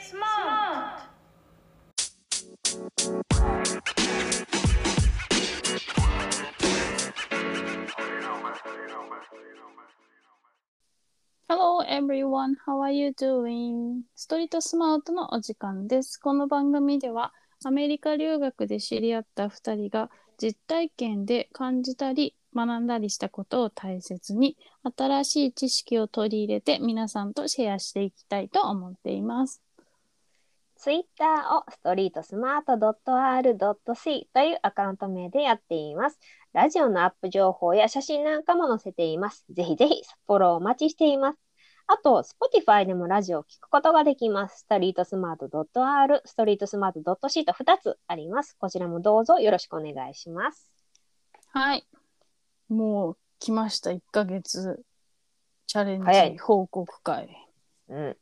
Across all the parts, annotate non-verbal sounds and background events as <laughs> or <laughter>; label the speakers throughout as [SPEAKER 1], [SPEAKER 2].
[SPEAKER 1] smart.
[SPEAKER 2] Hello everyone, how are you doing? ストリートスマートのお時間です。この番組ではアメリカ留学で知り合った2人が実体験で感じたり学んだりしたことを大切に新しい知識を取り入れて皆さんとシェアしていきたいと思っています。
[SPEAKER 3] ツイッターをストリートスマート .r.c というアカウント名でやっています。ラジオのアップ情報や写真なんかも載せています。ぜひぜひフォローお待ちしています。あと、Spotify でもラジオを聞くことができます。ストリートスマート .r、ストリートスマート .c と2つあります。こちらもどうぞよろしくお願いします。
[SPEAKER 2] はい。もう来ました、1ヶ月チャレン
[SPEAKER 3] 早
[SPEAKER 2] ジ
[SPEAKER 3] い
[SPEAKER 2] 報告会。
[SPEAKER 3] <laughs> うん。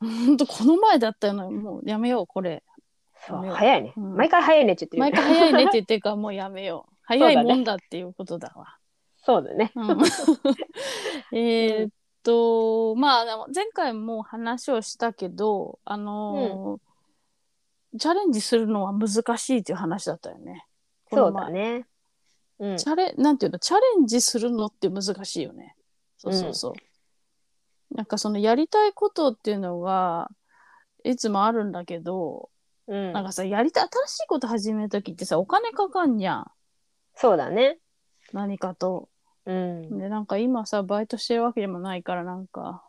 [SPEAKER 2] ほんとこの前だったよな、もうやめよう、これ。
[SPEAKER 3] そう、早いね。
[SPEAKER 2] うん
[SPEAKER 3] 毎回早いねって言
[SPEAKER 2] 毎
[SPEAKER 3] ってる
[SPEAKER 2] 回
[SPEAKER 3] よね。
[SPEAKER 2] 早いねって言ってるからもうやめよう。
[SPEAKER 3] <laughs>
[SPEAKER 2] 早いもんだっていうことだわ。
[SPEAKER 3] そうだね。 <laughs>
[SPEAKER 2] うん <laughs> えーっとまああの前回も話をしたけどあのーチャレンジするのは難しいっていう話だったよね。こ
[SPEAKER 3] そ
[SPEAKER 2] の
[SPEAKER 3] う
[SPEAKER 2] 前
[SPEAKER 3] だね。うん。
[SPEAKER 2] チャレなんていうのチャレンジするのって難しいよね。そうそうそう。なんかそのやりたいことっていうのがいつもあるんだけど、
[SPEAKER 3] うん
[SPEAKER 2] なんかさやりたい新しいこと始める時ってさお金かかんじゃん
[SPEAKER 3] そうだね。
[SPEAKER 2] 何かと。
[SPEAKER 3] うん。
[SPEAKER 2] でなんか今さバイトしてるわけでもないからなんか、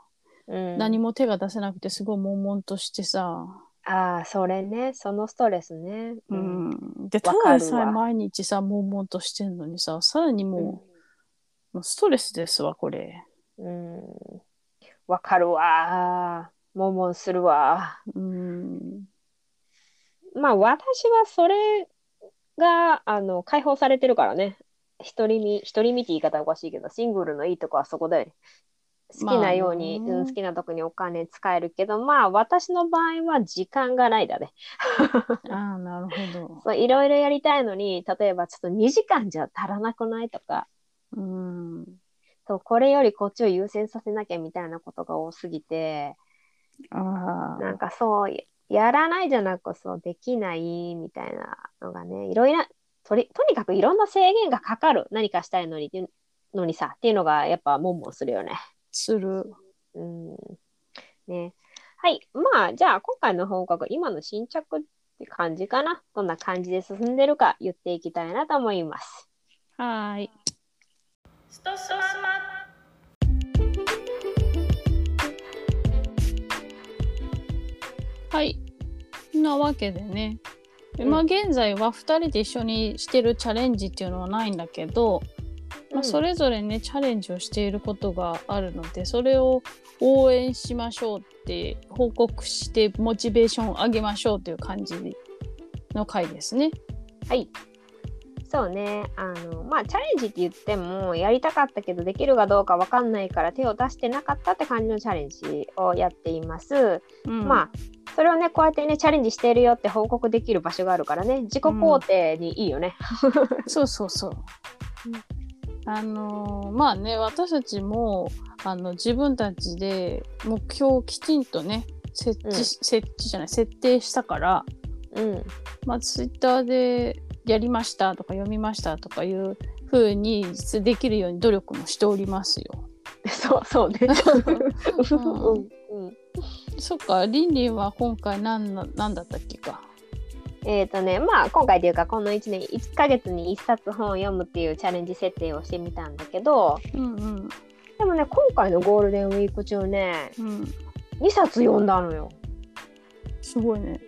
[SPEAKER 3] うん、
[SPEAKER 2] 何も手が出せなくてすごい悶々としてさ、
[SPEAKER 3] ああ、それね、そのストレスね。
[SPEAKER 2] うんでた
[SPEAKER 3] わかるわ
[SPEAKER 2] だでさえ毎日さ悶々としてんのにささらにもう,、もうストレスですわこれ、
[SPEAKER 3] うん。うんわかるわー。もんもんするわ
[SPEAKER 2] うん、
[SPEAKER 3] ー。まあ、私はそれが、あの、解放されてるからね。一人み、一人みって言い方おかしいけど、シングルのいいとこはそこだよね。好きなように、
[SPEAKER 2] まあね
[SPEAKER 3] うん、好きなとこにお金使えるけど、まあ、私の場合は時間がないだね。
[SPEAKER 2] ああなるほ
[SPEAKER 3] そういろいろやりたいのに、例えばちょっと2時間じゃ足らなくないとか、
[SPEAKER 2] ど、うん、
[SPEAKER 3] そう、これよりこっちを優先させなきゃみたいなことが多すぎて、
[SPEAKER 2] あ
[SPEAKER 3] なんかそう、ややらないじゃなくそう、できないみたいなのがね、いろいろな、とり、とにかくいろんな制限がかかる。何かしたいのにっていう、のにさ、っていうのがやっぱもんもんするよね。
[SPEAKER 2] する
[SPEAKER 3] うん。ね。はい。まあ、じゃあ今回の報告、今の新着って感じかな。どんな感じで進んでるか言っていきたいなと思います。
[SPEAKER 2] はーい
[SPEAKER 1] Sto smart.
[SPEAKER 2] はいなわけでね
[SPEAKER 3] うん
[SPEAKER 2] 今現在は2人で一緒にしてるチャレンジっていうのはないんだけど、まあ、そ
[SPEAKER 3] れ、
[SPEAKER 2] れぞれねチャレンジをしていることがあるのでそれを応援しましょうって報告してモチベーションを上げましょうという感じの回ですね。
[SPEAKER 3] はい。そうね。あの、まあ、チャレンジって言っても、やりたかったけど、できるかどうかわかんないから、手を出してなかったって感じのチャレンジをやっています。
[SPEAKER 2] うん
[SPEAKER 3] まあ、それをね、こうやってね、チャレンジしてるよって報告できる場所があるからね、自己肯定にいいよね。
[SPEAKER 2] そうそうそう。あのーまあね私たちもあの自分たちで目標をきちんとね設置,、
[SPEAKER 3] うん
[SPEAKER 2] 設置じゃない設定したから、
[SPEAKER 3] うん。 <laughs>
[SPEAKER 2] まあ、ツイッターでやりましたとか読みましたとかいう風にできるように努力もしておりますよ。
[SPEAKER 3] そう、そ
[SPEAKER 2] <laughs>
[SPEAKER 3] うね。うん。うん。
[SPEAKER 2] そっか、リンリンは今回何な何だったっけか。
[SPEAKER 3] えっ、とね、まあ、今回というか、この1年、1ヶ月に1冊本を読むっていうチャレンジ設定をしてみたんだけど、
[SPEAKER 2] うんうん
[SPEAKER 3] でもね、今回のゴールデンウィーク中ね、
[SPEAKER 2] うん。
[SPEAKER 3] 2冊読んだのよ。
[SPEAKER 2] すごいね。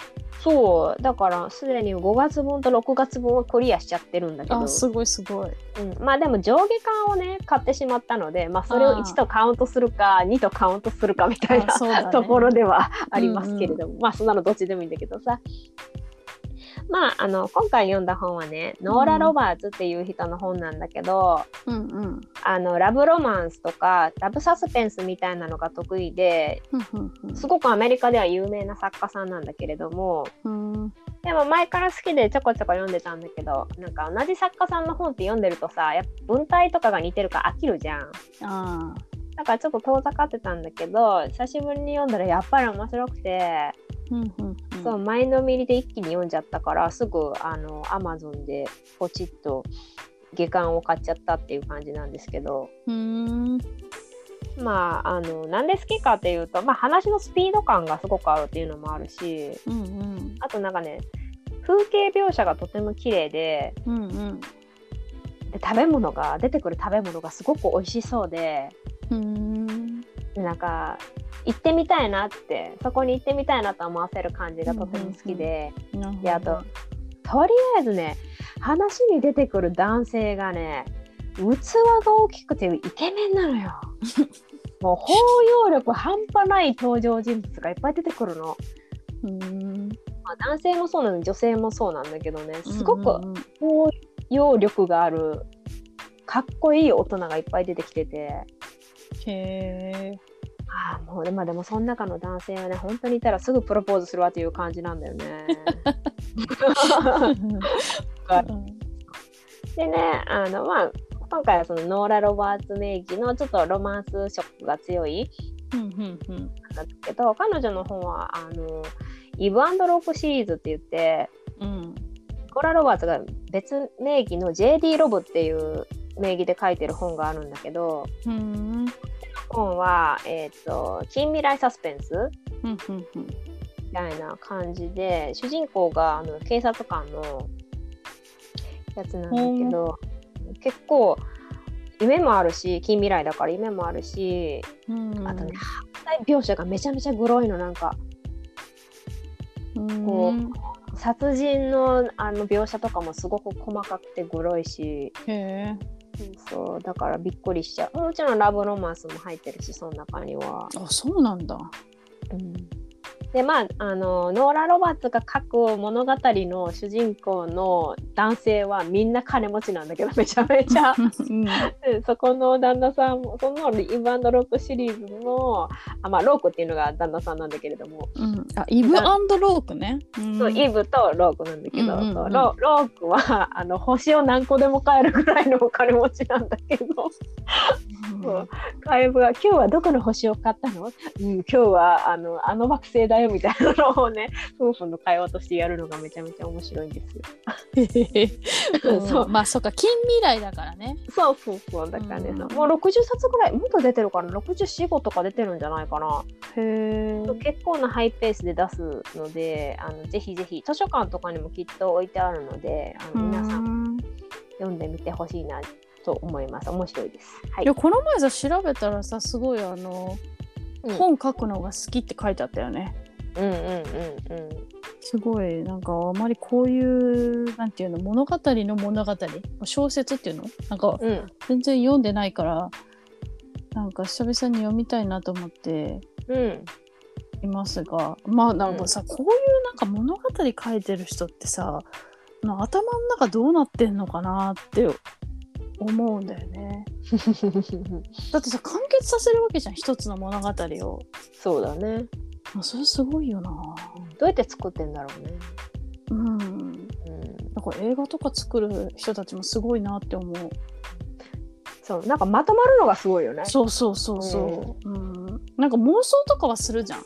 [SPEAKER 3] そうだからすでに5月分と6月分をクリアしちゃってるんだけど
[SPEAKER 2] あ、、すごいすごい。
[SPEAKER 3] うん、まあでも上下巻をね買ってしまったので、まあ、それを
[SPEAKER 2] あー
[SPEAKER 3] 1とカウントするか2とカウントするかみたい
[SPEAKER 2] あ
[SPEAKER 3] な、
[SPEAKER 2] そうだね
[SPEAKER 3] <laughs> ところではありますけれども、まあそんなのどっちでもいいんだけどさ。まあ、あの今回読んだ本はねノーラ・ロバーツっていう人の本なんだけど、
[SPEAKER 2] うんうん。
[SPEAKER 3] あのラブロマンスとかラブサスペンスみたいなのが得意で
[SPEAKER 2] ふんふん
[SPEAKER 3] すごくアメリカでは有名な作家さんなんだけれども、
[SPEAKER 2] ふんうん
[SPEAKER 3] でも前から好きでちょこちょこ読んでたんだけどなんか同じ作家さんの本って読んでるとさやっぱ文体とかが似てるから飽きるじゃん
[SPEAKER 2] ああ。
[SPEAKER 3] だだからちょっと遠ざかってたんだけど久しぶりに読んだらやっぱり面白くて、
[SPEAKER 2] うんうんうん
[SPEAKER 3] そう前のめりで一気に読んじゃったからすぐあの Amazon でポチッと下巻を買っちゃったっていう感じなんですけど
[SPEAKER 2] うーん
[SPEAKER 3] まああのなんで好きかっていうと、まあ、話のスピード感がすごくあるっていうのもあるし
[SPEAKER 2] うん
[SPEAKER 3] あとなんかね風景描写がとても綺麗で
[SPEAKER 2] うんうんうん
[SPEAKER 3] で食べ物が出てくる食べ物がすごく美味しそうで
[SPEAKER 2] うーん
[SPEAKER 3] なんか行ってみたいなってそこに行ってみたいなと思わせる感じがとても好きで、
[SPEAKER 2] なるほど
[SPEAKER 3] であととりあえずね話に出てくる男性がね器が大きくてイケメンなの
[SPEAKER 2] <laughs>
[SPEAKER 3] よ。もう包容力半端ない登場人物がいっぱい出てくるの、
[SPEAKER 2] うーん
[SPEAKER 3] まあ、男性もそうなのに女性もそうなんだけどねすご
[SPEAKER 2] う
[SPEAKER 3] く
[SPEAKER 2] んうんうん
[SPEAKER 3] 包容力があるかっこいい大人がいっぱい出てきてて
[SPEAKER 2] へえ
[SPEAKER 3] ああもうで,、まあ、でもその中の男性はね本当にいたらすぐプロポーズするわという感じなんだよね。かでねあのまあ今回はそのノーラ・ロバーツ名義のちょっとロマンス色が強い
[SPEAKER 2] うんうんうん
[SPEAKER 3] なんだけど彼女の本はあのイブロープシリーズって言って
[SPEAKER 2] うん
[SPEAKER 3] ノーラ・ロバーツが別名義の JD ロブっていう名義で書いてる本があるんだけど
[SPEAKER 2] うーん
[SPEAKER 3] 本は、えー、と近未来サスペンス
[SPEAKER 2] うんうんうん
[SPEAKER 3] みたいな感じで主人公があの警察官のやつなんだけど結構夢もあるし近未来だから夢もあるし、
[SPEAKER 2] うん
[SPEAKER 3] あとね犯罪描写がめちゃめちゃグロいのなんかこう
[SPEAKER 2] うん
[SPEAKER 3] 殺人のあの描写とかもすごく細かくてグロいし
[SPEAKER 2] へえ
[SPEAKER 3] そうだからびっくりしちゃうもちろんラブロマンスも入ってるしその中には。
[SPEAKER 2] あそうなんだ
[SPEAKER 3] でまあ、あのノーラ・ロバーツが書く物語の主人公の男性はみんな金持ちなんだけどめちゃめ
[SPEAKER 2] <laughs>
[SPEAKER 3] ち
[SPEAKER 2] う
[SPEAKER 3] ゃ
[SPEAKER 2] ん
[SPEAKER 3] そこの旦那さんもそのイヴァンド・ロークシリーズのあ、まあ、ロークっていうのが旦那さんなんだけれども、
[SPEAKER 2] うんあイブアンドロークねうん
[SPEAKER 3] そうイブとロークなんだけど、
[SPEAKER 2] うんうんうん
[SPEAKER 3] そうロロークはあの星を何個でも買えるぐらいのお金持ちなんだけど。そう怪物が「今日はどこの星を買ったのうん」今日はあのあの惑星だよ」みたいなのをね夫婦の会話としてやるのがめちゃめちゃ面白いんですよ。
[SPEAKER 2] へへへ
[SPEAKER 3] うん
[SPEAKER 2] そうまあそうか近未来だからね
[SPEAKER 3] そうそうそうだからね、
[SPEAKER 2] うん
[SPEAKER 3] もう60冊ぐらいもっと出てるから645とか出てるんじゃないかな、
[SPEAKER 2] へえ
[SPEAKER 3] 結構なハイペースで出すのであのぜひぜひ図書館とかにもきっと置いてあるのであの皆さん読んでみてほしいなと思います面白いです。はいい
[SPEAKER 2] やこの前さ調べたらさすごいあの、
[SPEAKER 3] うん
[SPEAKER 2] 本書くのが好きって書いてあったよね
[SPEAKER 3] うんうんうんうん
[SPEAKER 2] すごいなんかあまりこういうなんていうの物語の物語小説っていうのなんか
[SPEAKER 3] うん
[SPEAKER 2] 全然読んでないからなんか久々に読みたいなと思って
[SPEAKER 3] うん
[SPEAKER 2] いますがまあなんかさ、こういうなんか物語書いてる人ってさまあ頭の中どうなってんのかなって思うんだよね
[SPEAKER 3] <laughs>
[SPEAKER 2] だってさ完結させるわけじゃん一つの物語を、
[SPEAKER 3] そうだね。
[SPEAKER 2] まあ、それすごいよな
[SPEAKER 3] どうやって作ってんだろうね。
[SPEAKER 2] うん
[SPEAKER 3] うん、
[SPEAKER 2] だから映画とか作る人たちもすごいなって思う
[SPEAKER 3] そうなんかまとまるのがすごいよね。
[SPEAKER 2] そうそうそうそう、うんなんか妄想とかはするじゃん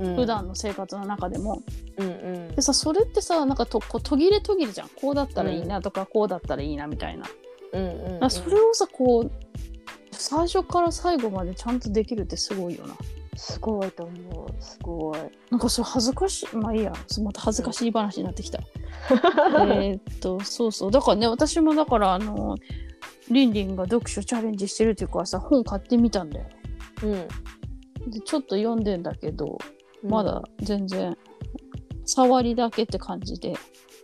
[SPEAKER 3] うん
[SPEAKER 2] 普段の生活の中でも、
[SPEAKER 3] うんうん
[SPEAKER 2] でさそれってさなんかとこう途切れ途切れじゃんこうだったらいいなとか、こうだったらいいなみたいな、
[SPEAKER 3] うんうんう
[SPEAKER 2] だ
[SPEAKER 3] ん
[SPEAKER 2] からそれをさこう最初から最後までちゃんとできるってすごいよな
[SPEAKER 3] すごいと思う。すごい。
[SPEAKER 2] なんかそれ恥ずかしいまあいいやそうまた恥ずかしい話になって
[SPEAKER 3] <laughs>
[SPEAKER 2] きた、えーっとそうそうだからね私もだからあのリンリンが読書チャレンジしてるっていうからさ本買ってみたんだよ
[SPEAKER 3] うん、
[SPEAKER 2] でちょっと読んでんだけどまだ全然触りだけって感じで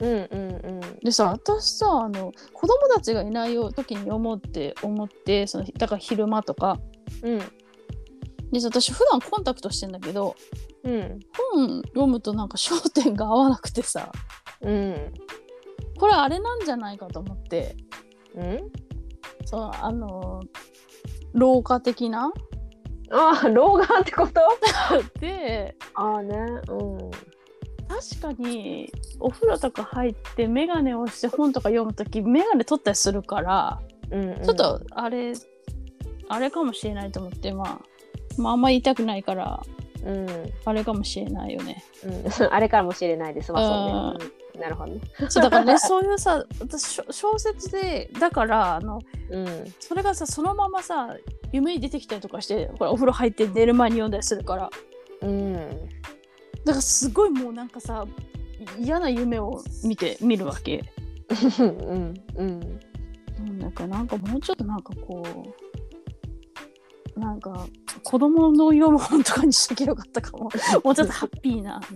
[SPEAKER 3] うんうん
[SPEAKER 2] でさ私さあの子供たちがいないよ時に思って思ってそのだから昼間とか
[SPEAKER 3] うん
[SPEAKER 2] でさ私普段コンタクトしてんだけど
[SPEAKER 3] うんうん
[SPEAKER 2] 本読むとなんか焦点が合わなくてさ
[SPEAKER 3] うん
[SPEAKER 2] これあれなんじゃないかと思って
[SPEAKER 3] うん
[SPEAKER 2] そのあの老化的な <laughs>
[SPEAKER 3] ああ老眼ってこと
[SPEAKER 2] で
[SPEAKER 3] ああねうん
[SPEAKER 2] 確かにお風呂とか入って眼鏡をして本とか読む時眼鏡取ったりするから
[SPEAKER 3] うんうん
[SPEAKER 2] ちょっとあれ、あれかもしれないと思って、まあ、まあ、あんま言いたくないから、
[SPEAKER 3] うん、 <laughs>
[SPEAKER 2] あれかもしれないよね。
[SPEAKER 3] うん、あれかもしれないです。まあ、そうね。うんなるほどね。
[SPEAKER 2] そうだから
[SPEAKER 3] <laughs>
[SPEAKER 2] ね、そういうさ、私小小説で、だから、あの、
[SPEAKER 3] うん、
[SPEAKER 2] それがさ、そのままさ、夢に出てきたりとかして、ほら、お風呂入って寝る前に読んだりするから、
[SPEAKER 3] うん、
[SPEAKER 2] だからすごいもうなんかさ、嫌な夢を見て、見るわけ。
[SPEAKER 3] うん、
[SPEAKER 2] <laughs>
[SPEAKER 3] うん、
[SPEAKER 2] うん、なんかなんかもうちょっとなんかこうなんか子供の読む本とかにしときゃよかったかももうちょっとハッピーななんか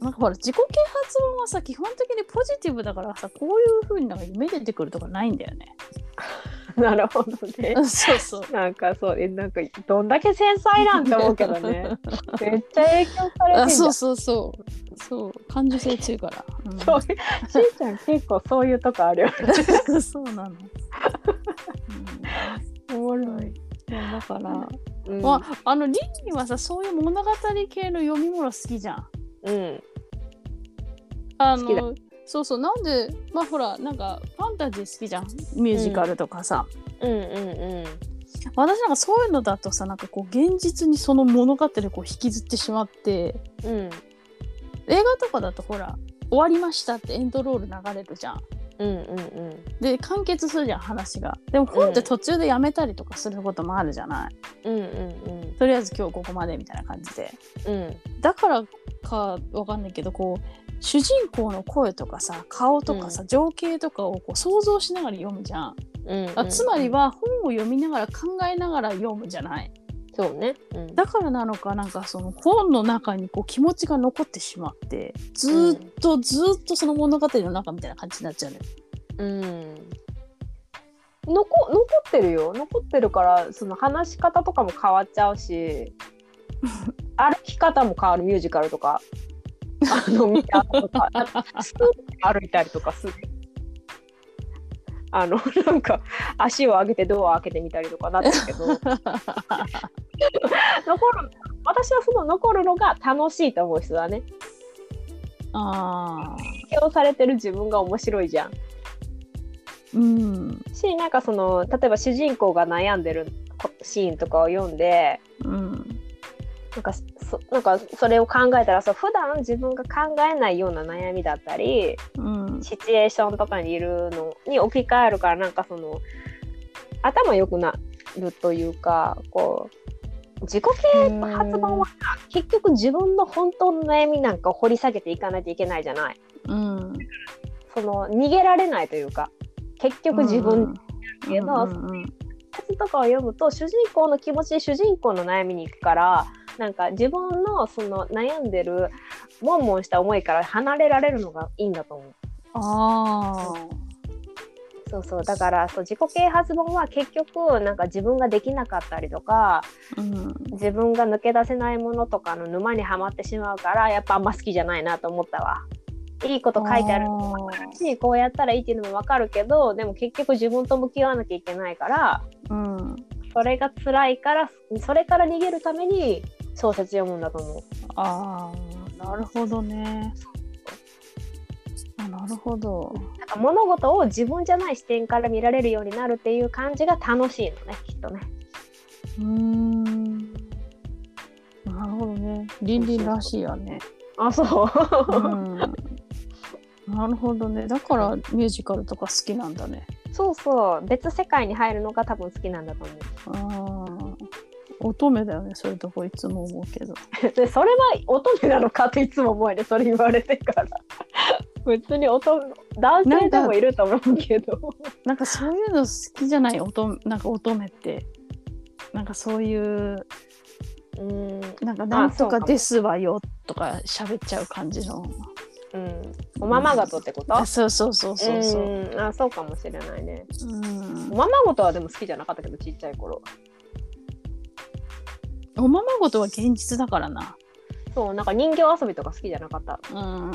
[SPEAKER 2] なんかほら自己啓発本はさ基本的にポジティブだからさこういう風になんか夢出てくるとかないんだよね
[SPEAKER 3] なるほどね。
[SPEAKER 2] <laughs> そう <laughs> そう
[SPEAKER 3] なんかそうえなんかどんだけ繊細なんて思うけどねめっちゃ影響されてん
[SPEAKER 2] あ
[SPEAKER 3] じゃ
[SPEAKER 2] そ
[SPEAKER 3] ん
[SPEAKER 2] うそうそうそう感受性強いから、うん
[SPEAKER 3] そうしーちゃん結構そういうとこあるよね <laughs>
[SPEAKER 2] そうなの、うん
[SPEAKER 3] おも
[SPEAKER 2] い、
[SPEAKER 3] ろ
[SPEAKER 2] そうだから、
[SPEAKER 3] うん
[SPEAKER 2] まああのリンリンはさそういう物語系の読み物好きじゃん
[SPEAKER 3] うん
[SPEAKER 2] あ
[SPEAKER 3] 好きだ
[SPEAKER 2] のそうそうなんでまあほらなんかファンタジー好きじゃんミュージカルとかさ、
[SPEAKER 3] うんうん
[SPEAKER 2] 私なんかそういうのだとさなんかこう現実にその物語をこう引きずってしまって
[SPEAKER 3] うんうん
[SPEAKER 2] 映画とかだとほら終わりましたってエンドロール流れるじゃん
[SPEAKER 3] うんうんうん
[SPEAKER 2] で完結するじゃん話がでも本って途中でやめたりとかすることもあるじゃない、
[SPEAKER 3] うんうん
[SPEAKER 2] とりあえず今日ここまでみたいな感じで
[SPEAKER 3] うん
[SPEAKER 2] だからかわかんないけどこう主人公の声とかさ顔とかさ、情景とかをこう想像しながら読むじゃん
[SPEAKER 3] うん
[SPEAKER 2] あつまりは本を読みながら考えながら読むじゃない
[SPEAKER 3] そうねうん
[SPEAKER 2] だからなのかなんかその本の中にこう気持ちが残ってしまってずーっとずーっとその物語の中みたいな感じになっちゃうのよ
[SPEAKER 3] うん残残ってるよ残ってるからその話し方とかも変わっちゃうし歩き方も変わるミュージカルとかあの見たとかスーッて歩いたりとかするあのなんか足を上げてドアを開けてみたりとかなったけど残る私はその残るのが楽しいと思う人だね
[SPEAKER 2] あ
[SPEAKER 3] 影響されてる自分が面白いじゃん
[SPEAKER 2] ーうん
[SPEAKER 3] しなんかその例えば主人公が悩んでるこシーンとかを読んで
[SPEAKER 2] うん
[SPEAKER 3] なんかそなんかそれを考えたらそう普段自分が考えないような悩みだったり
[SPEAKER 2] うん
[SPEAKER 3] シチュエーションとかにいるのに置き換えるからなんかその頭良くなるというかこう自己啓発本はさ結局自分の本当の悩みなんかを掘り下げていかないといけないじゃない
[SPEAKER 2] うん
[SPEAKER 3] その逃げられないというか結局自分
[SPEAKER 2] うん
[SPEAKER 3] けど
[SPEAKER 2] うんうん
[SPEAKER 3] 小説とかを読むと主人公の気持ちで主人公の悩みに行くからなんか自分のその悩んでるもんもんした思いから離れられるのがいいんだと思う。
[SPEAKER 2] あー
[SPEAKER 3] そうそうだからそう自己啓発本は結局なんか自分ができなかったりとか
[SPEAKER 2] うん
[SPEAKER 3] 自分が抜け出せないものとかの沼にはまってしまうからやっぱあんま好きじゃないなと思ったわ。いいこと書いてあるのもわかるしこうやったらいいっていうのもわかるけどでも結局自分と向き合わなきゃいけないから
[SPEAKER 2] うん
[SPEAKER 3] それが辛いからそれから逃げるために小説読むんだと思
[SPEAKER 2] あーなるほどねあなるほど
[SPEAKER 3] うなんか物事を自分じゃない視点から見られるようになるっていう感じが楽しいのねきっとね
[SPEAKER 2] うーんなるほどね。リンリンらしいよね。
[SPEAKER 3] あそうう
[SPEAKER 2] ん、なるほどね。だからミュージカルとか好きなんだね。
[SPEAKER 3] <laughs> そうそう別世界に入るのが多分好きなんだと思
[SPEAKER 2] あ
[SPEAKER 3] う
[SPEAKER 2] ー乙女だよね。そういうとこいつも思うけど。
[SPEAKER 3] でそれは乙女なのかっていつも思えてそれ言われてから別に乙女男性でもいると思うけど
[SPEAKER 2] なんかそういうの好きじゃない乙女なんか乙女って。なんかそういう
[SPEAKER 3] うん
[SPEAKER 2] なんかなんと
[SPEAKER 3] そうか
[SPEAKER 2] か
[SPEAKER 3] も
[SPEAKER 2] ですわよとか喋っちゃう感じの。
[SPEAKER 3] うんおままごとってこと
[SPEAKER 2] あそうそうそうそうそう。
[SPEAKER 3] うんあそうかもしれないね
[SPEAKER 2] うん
[SPEAKER 3] お。ままごとはでも好きじゃなかったけどちっちゃい頃
[SPEAKER 2] おままごとは現実だからな。
[SPEAKER 3] そうなんか人形遊びとか好きじゃなかった
[SPEAKER 2] うん。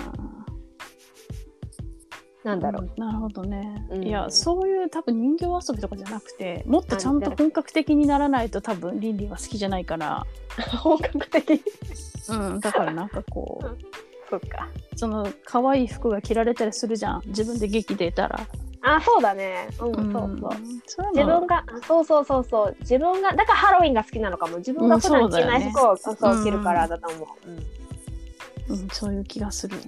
[SPEAKER 3] なんだろう、
[SPEAKER 2] うんなるほどね、
[SPEAKER 3] うん
[SPEAKER 2] いやそういう多分人形遊びとかじゃなくてもっとちゃんと本格的にならないと多分リンリンは好きじゃないから、
[SPEAKER 3] 本格的 <laughs>
[SPEAKER 2] うん、だからなんかこ
[SPEAKER 3] そっか
[SPEAKER 2] うその可愛い服が着られたりするじゃん自分で劇出たら
[SPEAKER 3] あ、そうだね。うん、そうそう。
[SPEAKER 2] そう
[SPEAKER 3] 自
[SPEAKER 2] いうの
[SPEAKER 3] 分が、あそうそうそうそう、自分が、だからハロウィンが好きなのかも。自分
[SPEAKER 2] う
[SPEAKER 3] が
[SPEAKER 2] ん
[SPEAKER 3] 普段
[SPEAKER 2] そうだ
[SPEAKER 3] 着
[SPEAKER 2] よ
[SPEAKER 3] ない
[SPEAKER 2] ね
[SPEAKER 3] 服を、そうそう
[SPEAKER 2] うん
[SPEAKER 3] 着るからだと思う。うん。
[SPEAKER 2] うん、そういう気がするな。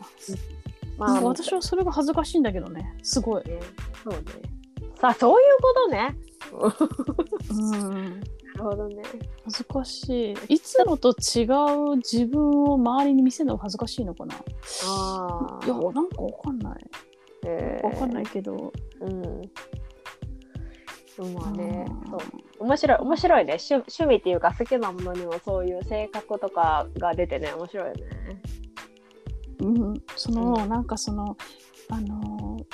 [SPEAKER 3] ま
[SPEAKER 2] な
[SPEAKER 3] あ、
[SPEAKER 2] んか私はそれが恥ずかしいんだけどね。すごい。
[SPEAKER 3] ね。そうね。さあ、そういうことね。
[SPEAKER 2] うん、
[SPEAKER 3] なるほどね。
[SPEAKER 2] 恥ずかしい。いつもと違う自分を周りに見せるのが恥ずかしいのかな。い
[SPEAKER 3] ああ。
[SPEAKER 2] や、なんかわかんない。
[SPEAKER 3] えー
[SPEAKER 2] わかんない。けど。
[SPEAKER 3] うん。まあね
[SPEAKER 2] う、ん
[SPEAKER 3] そう面白い面白いね趣趣味っていうか好きなものにもそういう性格とかが出てね面白いよね。
[SPEAKER 2] うん、その、なんかそのあのー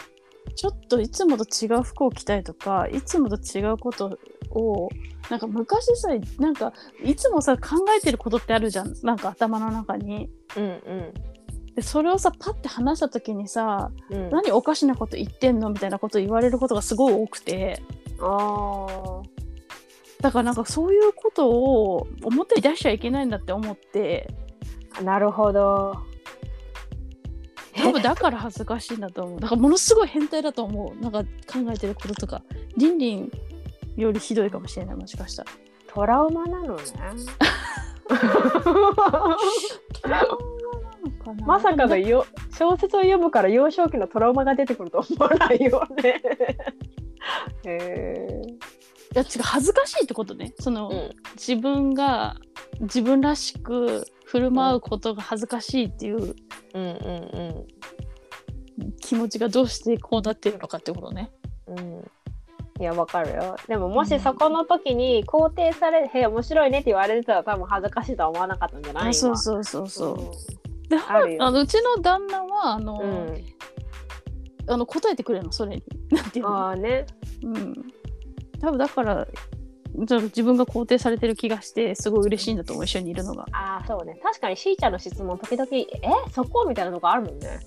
[SPEAKER 2] ちょっといつもと違う服を着たいとかいつもと違うことをなんか昔さなんかいつもさ考えてることってあるじゃんなんか頭の中に。
[SPEAKER 3] うんうん
[SPEAKER 2] でそれをさパッて話した時にさ
[SPEAKER 3] う
[SPEAKER 2] 「
[SPEAKER 3] ん
[SPEAKER 2] 何おかしなこと言ってんの?」みたいなこと言われることがすごい多くて
[SPEAKER 3] あ
[SPEAKER 2] だからなんかそういうことを表に出しちゃいけないんだって思って
[SPEAKER 3] あなるほど。
[SPEAKER 2] 多分だから恥ずかしいんだと思う。だからものすごい変態だと思う。なんか考えてることとか。リンリンよりひどいかもしれない、もしかしたら。
[SPEAKER 3] トラウマな <laughs> のね。
[SPEAKER 2] トラウマなのかな
[SPEAKER 3] まさかの
[SPEAKER 2] い
[SPEAKER 3] よ小説を読むから幼少期のトラウマが出てくると思わないよね。へ
[SPEAKER 2] や違う、恥ずかしいってことね。その、
[SPEAKER 3] うん
[SPEAKER 2] 自分が自分らしく振る舞うことが恥ずかしいっていう
[SPEAKER 3] え。うんうん
[SPEAKER 2] 気持ちがどうしてこうなってるのかってことね。
[SPEAKER 3] うん。うんいやわかるよでももしそこの時に肯定され「へえ面白いね」って言われてたら多分恥ずかしいとは思わなかったんじゃない
[SPEAKER 2] あそう
[SPEAKER 3] う
[SPEAKER 2] そうそうそう。
[SPEAKER 3] う
[SPEAKER 2] で
[SPEAKER 3] あるよ
[SPEAKER 2] あのうちの旦那はあの、
[SPEAKER 3] ん、うん、
[SPEAKER 2] あの答えてくれるのそれに。なんていうの
[SPEAKER 3] ああね
[SPEAKER 2] うん、多分だからちょっと自分が肯定されてる気がしてすごい嬉しいんだと思う一緒にいるのが
[SPEAKER 3] ああそうね確かにしーちゃんの質問時々「えそこ?」みたいなとこあるもんね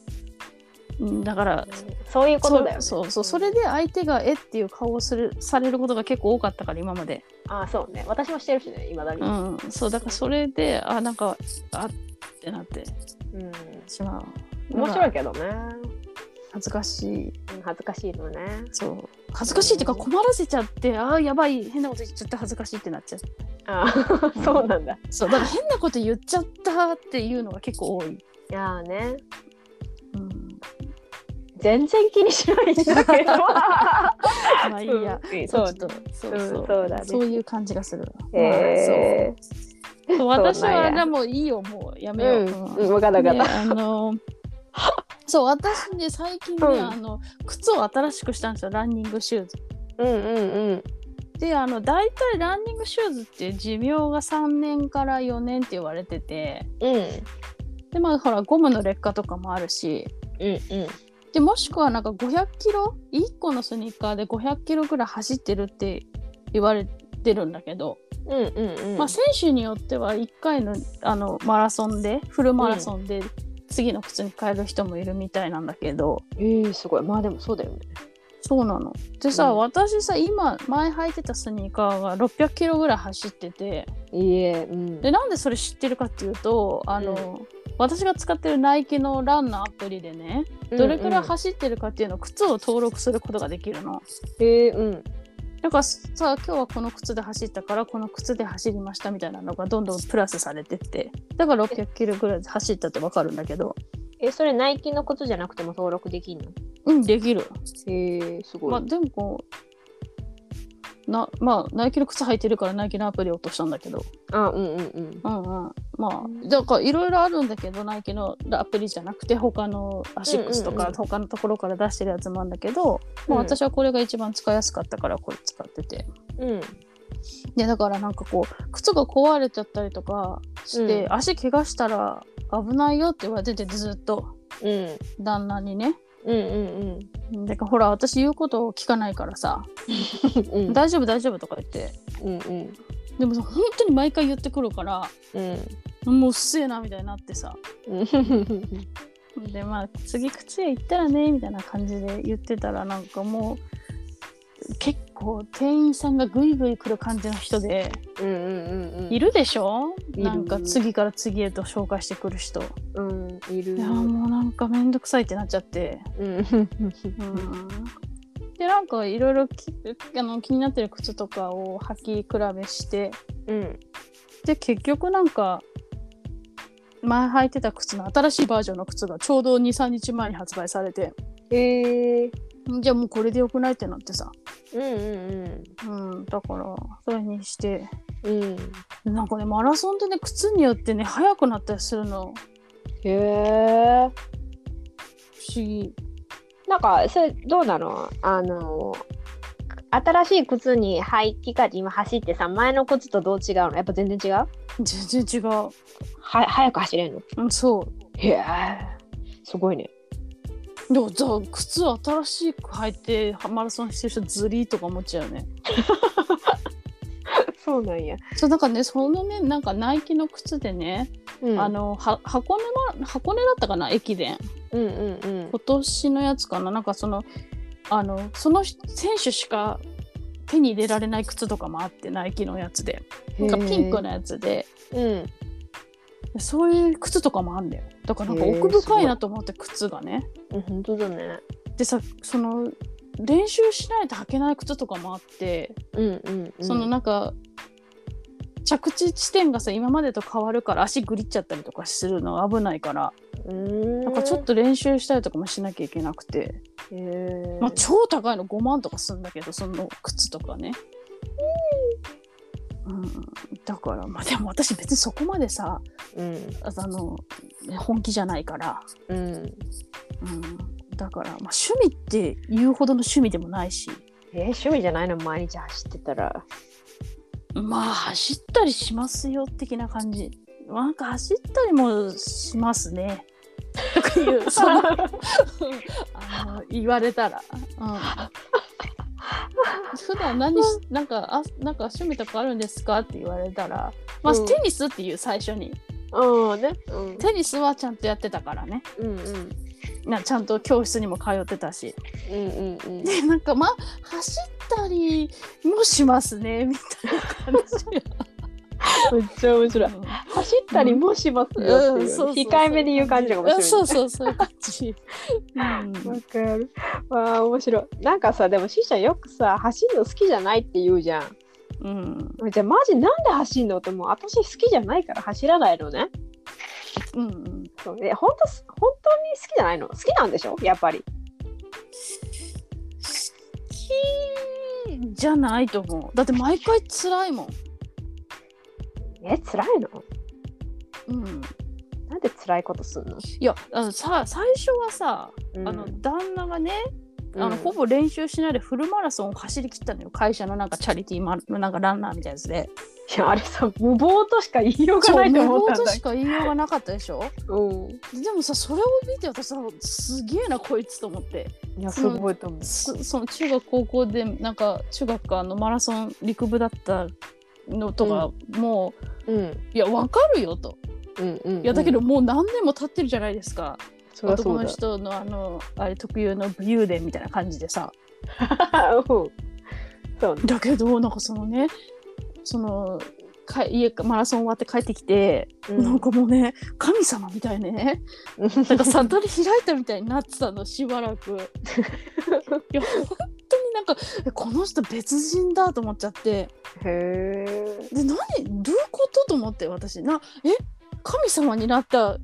[SPEAKER 2] うんだから
[SPEAKER 3] そういうことだよ、ね、
[SPEAKER 2] そうそうそれで相手が「えっ?」ていう顔をするされることが結構多かったから今まで、
[SPEAKER 3] ああそうね私もしてるしねいまだに
[SPEAKER 2] うん、そうだからそれであなんかあってなって
[SPEAKER 3] うん
[SPEAKER 2] しまう
[SPEAKER 3] 面白
[SPEAKER 2] い
[SPEAKER 3] いけどね
[SPEAKER 2] 恥ずかしい
[SPEAKER 3] うん恥ずかしいのね
[SPEAKER 2] そう恥ずかしいっていうか
[SPEAKER 3] うん
[SPEAKER 2] 困らせちゃってあーやばい変なこと言っちゃった恥ずかしいってなっちゃう
[SPEAKER 3] ああそうなんだ
[SPEAKER 2] そうだから変なこと言っちゃったっていうのが結構多い、
[SPEAKER 3] いやーね
[SPEAKER 2] うん、
[SPEAKER 3] 全然気にしないんだけど
[SPEAKER 2] まあ <laughs> いいや
[SPEAKER 3] <laughs> うん
[SPEAKER 2] そ
[SPEAKER 3] そうう
[SPEAKER 2] ちょっとそううんそう
[SPEAKER 3] そうだね
[SPEAKER 2] そういう感じがする。
[SPEAKER 3] へえ
[SPEAKER 2] まあそう私
[SPEAKER 3] そうな
[SPEAKER 2] は
[SPEAKER 3] んや
[SPEAKER 2] でもういいよもうや
[SPEAKER 3] う
[SPEAKER 2] めよう。
[SPEAKER 3] んうん分かった分か
[SPEAKER 2] で
[SPEAKER 3] った
[SPEAKER 2] あ
[SPEAKER 3] <laughs>
[SPEAKER 2] のそう私ね最近ね、
[SPEAKER 3] うん
[SPEAKER 2] あの靴を新しくしたんですよランニングシューズ。
[SPEAKER 3] うんうんうん
[SPEAKER 2] であの大体ランニングシューズって寿命が3年から4年って言われてて
[SPEAKER 3] うん
[SPEAKER 2] でまあほらゴムの劣化とかもあるし。
[SPEAKER 3] うんうん
[SPEAKER 2] でもしくはなんか500キロ1個のスニーカーで500キロぐらい走ってるって言われてるんだけど、
[SPEAKER 3] うんうんうん
[SPEAKER 2] まあ、選手によっては1回のあのマラソンでフルマラソンで次の靴に変える人もいるみたいなんだけど、
[SPEAKER 3] えー、すごいまあでもそうだよね
[SPEAKER 2] そうなの。でさ、
[SPEAKER 3] うん
[SPEAKER 2] 私さ今前履いてたスニーカーが600キロぐらい走ってて
[SPEAKER 3] いいえうん
[SPEAKER 2] でなんでそれ知ってるかっていうとあの、私が使ってるナイキのランのアプリでねどれくらい走ってるかっていうのを靴を登録することができるの。
[SPEAKER 3] えー、うん
[SPEAKER 2] だからさ今日はこの靴で走ったからこの靴で走りましたみたいなのがどんどんプラスされてってだから600キロぐらいで走ったってわかるんだけど
[SPEAKER 3] えそれナイキのことじゃなくても登録できんの
[SPEAKER 2] うんできる、
[SPEAKER 3] へえー、すごい、
[SPEAKER 2] まあでもこうなまあナイキの靴履いてるからナイキのアプリ落としたんだけど
[SPEAKER 3] あうんうんうん
[SPEAKER 2] うんうんまあだからいろいろあるんだけどナイキのアプリじゃなくて他のアシックスと
[SPEAKER 3] うんうん
[SPEAKER 2] か
[SPEAKER 3] うん
[SPEAKER 2] 他のところから出してるやつもあるんだけど、
[SPEAKER 3] うん
[SPEAKER 2] まあ、私はこれが一番使いやすかったからこれ使ってて
[SPEAKER 3] うん
[SPEAKER 2] ね、だからなんかこう靴が壊れちゃったりとかして、
[SPEAKER 3] うん
[SPEAKER 2] 足怪我したら危ないよって言われててずっと
[SPEAKER 3] うん
[SPEAKER 2] 旦那にね。
[SPEAKER 3] うんうん
[SPEAKER 2] だからほら私言うことを聞かないからさ「
[SPEAKER 3] うん
[SPEAKER 2] 大丈夫大丈夫」とか言って
[SPEAKER 3] うんうん
[SPEAKER 2] でもさ本当に毎回言ってくるから
[SPEAKER 3] うん
[SPEAKER 2] もううっせえなみたいになってさでまあ次靴屋行ったらねみたいな感じで言ってたらなんかもう結構店員さんがグイグイ来る感じの人で
[SPEAKER 3] うんうんう
[SPEAKER 2] 「
[SPEAKER 3] ん
[SPEAKER 2] いるでしょ
[SPEAKER 3] いる
[SPEAKER 2] なんか次から次へと紹介してくる人。
[SPEAKER 3] うんいる
[SPEAKER 2] いやーもうなんかめんどくさいってなっちゃって、
[SPEAKER 3] うん
[SPEAKER 2] うん、でなんかいろいろきあの気になってる靴とかを履き比べして
[SPEAKER 3] うん。
[SPEAKER 2] で結局なんか前履いてた靴の新しいバージョンの靴がちょうど23日前に発売されて
[SPEAKER 3] へえ。
[SPEAKER 2] じゃあもうこれでよくないってなってさ、
[SPEAKER 3] うんうん
[SPEAKER 2] うん、だからそれにして
[SPEAKER 3] うん。うん。
[SPEAKER 2] なんかねマラソンでね靴によってね速くなったりするの
[SPEAKER 3] へ
[SPEAKER 2] 不
[SPEAKER 3] え。
[SPEAKER 2] 思議
[SPEAKER 3] なんか、それ、どうなのあの、新しい靴に履き替えて今走ってさ、前の靴とどう違うのやっぱ全然違う
[SPEAKER 2] 全然違う、
[SPEAKER 3] は、早く走れるの
[SPEAKER 2] うん、そう
[SPEAKER 3] へえ。すごいね。
[SPEAKER 2] でもじゃあ靴新しく履いてはマラソンしてる人ずりーとか思っちゃうよね
[SPEAKER 3] そうなんや。
[SPEAKER 2] そうなんかねそのねなんかナイキの靴でね、
[SPEAKER 3] うん、
[SPEAKER 2] あ、のは箱根ま箱根だったかな駅伝
[SPEAKER 3] うんうんうん。
[SPEAKER 2] 今年のやつかななんかそのあのその選手しか手に入れられない靴とかもあってナイキのやつでなんかピンクのやつで
[SPEAKER 3] へえ。うん。
[SPEAKER 2] そういう靴とかもあんだよだからなんか
[SPEAKER 3] へー
[SPEAKER 2] 奥深いなと思って靴がね
[SPEAKER 3] うん、本当だね。
[SPEAKER 2] でさその練習しないと履けない靴とかもあって
[SPEAKER 3] うんうん、うん。
[SPEAKER 2] そのなんか着地地点がさ今までと変わるから足グリっちゃったりとかするの危ないから
[SPEAKER 3] うーん。
[SPEAKER 2] なんかちょっと練習したりとかもしなきゃいけなくて、
[SPEAKER 3] へえ。
[SPEAKER 2] まあ、超高いの5万とかすんだけどその靴とかね。うん、だからまあでも私別にそこまでさ
[SPEAKER 3] うん。
[SPEAKER 2] ああの本気じゃないから、
[SPEAKER 3] うん。
[SPEAKER 2] うん、だから、まあ、趣味って言うほどの趣味でもないし
[SPEAKER 3] えー趣味じゃないの毎日走ってたら。
[SPEAKER 2] まあ走ったりしますよ的な感じなんか走ったりもしますねとかいうそのあの言われたら、うん、普段何しなんかあなんか趣味とかあるんですかって言われたら、まあ、
[SPEAKER 3] うん
[SPEAKER 2] テニスっていう最初に
[SPEAKER 3] うんね。うん。
[SPEAKER 2] テニスはちゃんとやってたからね
[SPEAKER 3] うんうん。
[SPEAKER 2] なちゃんと教室にも通ってたし
[SPEAKER 3] うんうんうん。
[SPEAKER 2] でなんかまあ走ったりもしますねみたいな感じ。
[SPEAKER 3] めっちゃ面白い。
[SPEAKER 2] うん
[SPEAKER 3] 走ったりもしますよっていう。控えめに言う感じが面白い、ね。
[SPEAKER 2] そうそうそういう感じ。
[SPEAKER 3] わかる。わあ、面白い。なんかさ、でもしーちゃんよくさ、走るの好きじゃないって言うじゃん。
[SPEAKER 2] うん、
[SPEAKER 3] じゃあマジなんで走るのってもう私好きじゃないから走らないのね。
[SPEAKER 2] うん、
[SPEAKER 3] そうで本当す本当に好きじゃないの。好きなんでしょやっぱり。
[SPEAKER 2] 好きじゃないと思う。だって毎回辛いもん。
[SPEAKER 3] え、辛いの
[SPEAKER 2] うん、
[SPEAKER 3] なんで辛いことすんの、
[SPEAKER 2] いやあのさ最初はさ、
[SPEAKER 3] うん
[SPEAKER 2] あの旦那がねあ
[SPEAKER 3] う
[SPEAKER 2] の
[SPEAKER 3] ん
[SPEAKER 2] ほぼ練習しないでフルマラソンを走り切ったのよ会社のなんかチャリティーマラなんかランナーみたいなやつで。
[SPEAKER 3] いやあれさ無謀としか言いようが
[SPEAKER 2] そう
[SPEAKER 3] ないと思っ
[SPEAKER 2] 無
[SPEAKER 3] た
[SPEAKER 2] 謀
[SPEAKER 3] ん
[SPEAKER 2] と
[SPEAKER 3] だ
[SPEAKER 2] しか言いようがなかったでしょ
[SPEAKER 3] うん
[SPEAKER 2] でもさそれを見て私さすげえなこいつと思って。
[SPEAKER 3] いやすごいと思う
[SPEAKER 2] すその中学高校でなんか中学かあのマラソン陸部だったのとか、もう
[SPEAKER 3] うん
[SPEAKER 2] いやわかるよと
[SPEAKER 3] うんうん
[SPEAKER 2] いやだけどもう何年も経ってるじゃないですか、
[SPEAKER 3] そりゃそ
[SPEAKER 2] 男
[SPEAKER 3] う
[SPEAKER 2] の
[SPEAKER 3] だ
[SPEAKER 2] 人のあのあれ特有の武勇伝みたいな感じでさ
[SPEAKER 3] うんそうね
[SPEAKER 2] だけどなんかそのねそのか家かマラソン終わって帰ってきて、
[SPEAKER 3] <laughs> うん
[SPEAKER 2] なんかもうね神様みたいねなんかサドル開いたみたいになって
[SPEAKER 3] <laughs>
[SPEAKER 2] たのしばらくいや本当になんかえこの人別人だと思っちゃって。
[SPEAKER 3] へえ
[SPEAKER 2] で何どういうことと思って私なえ神様になった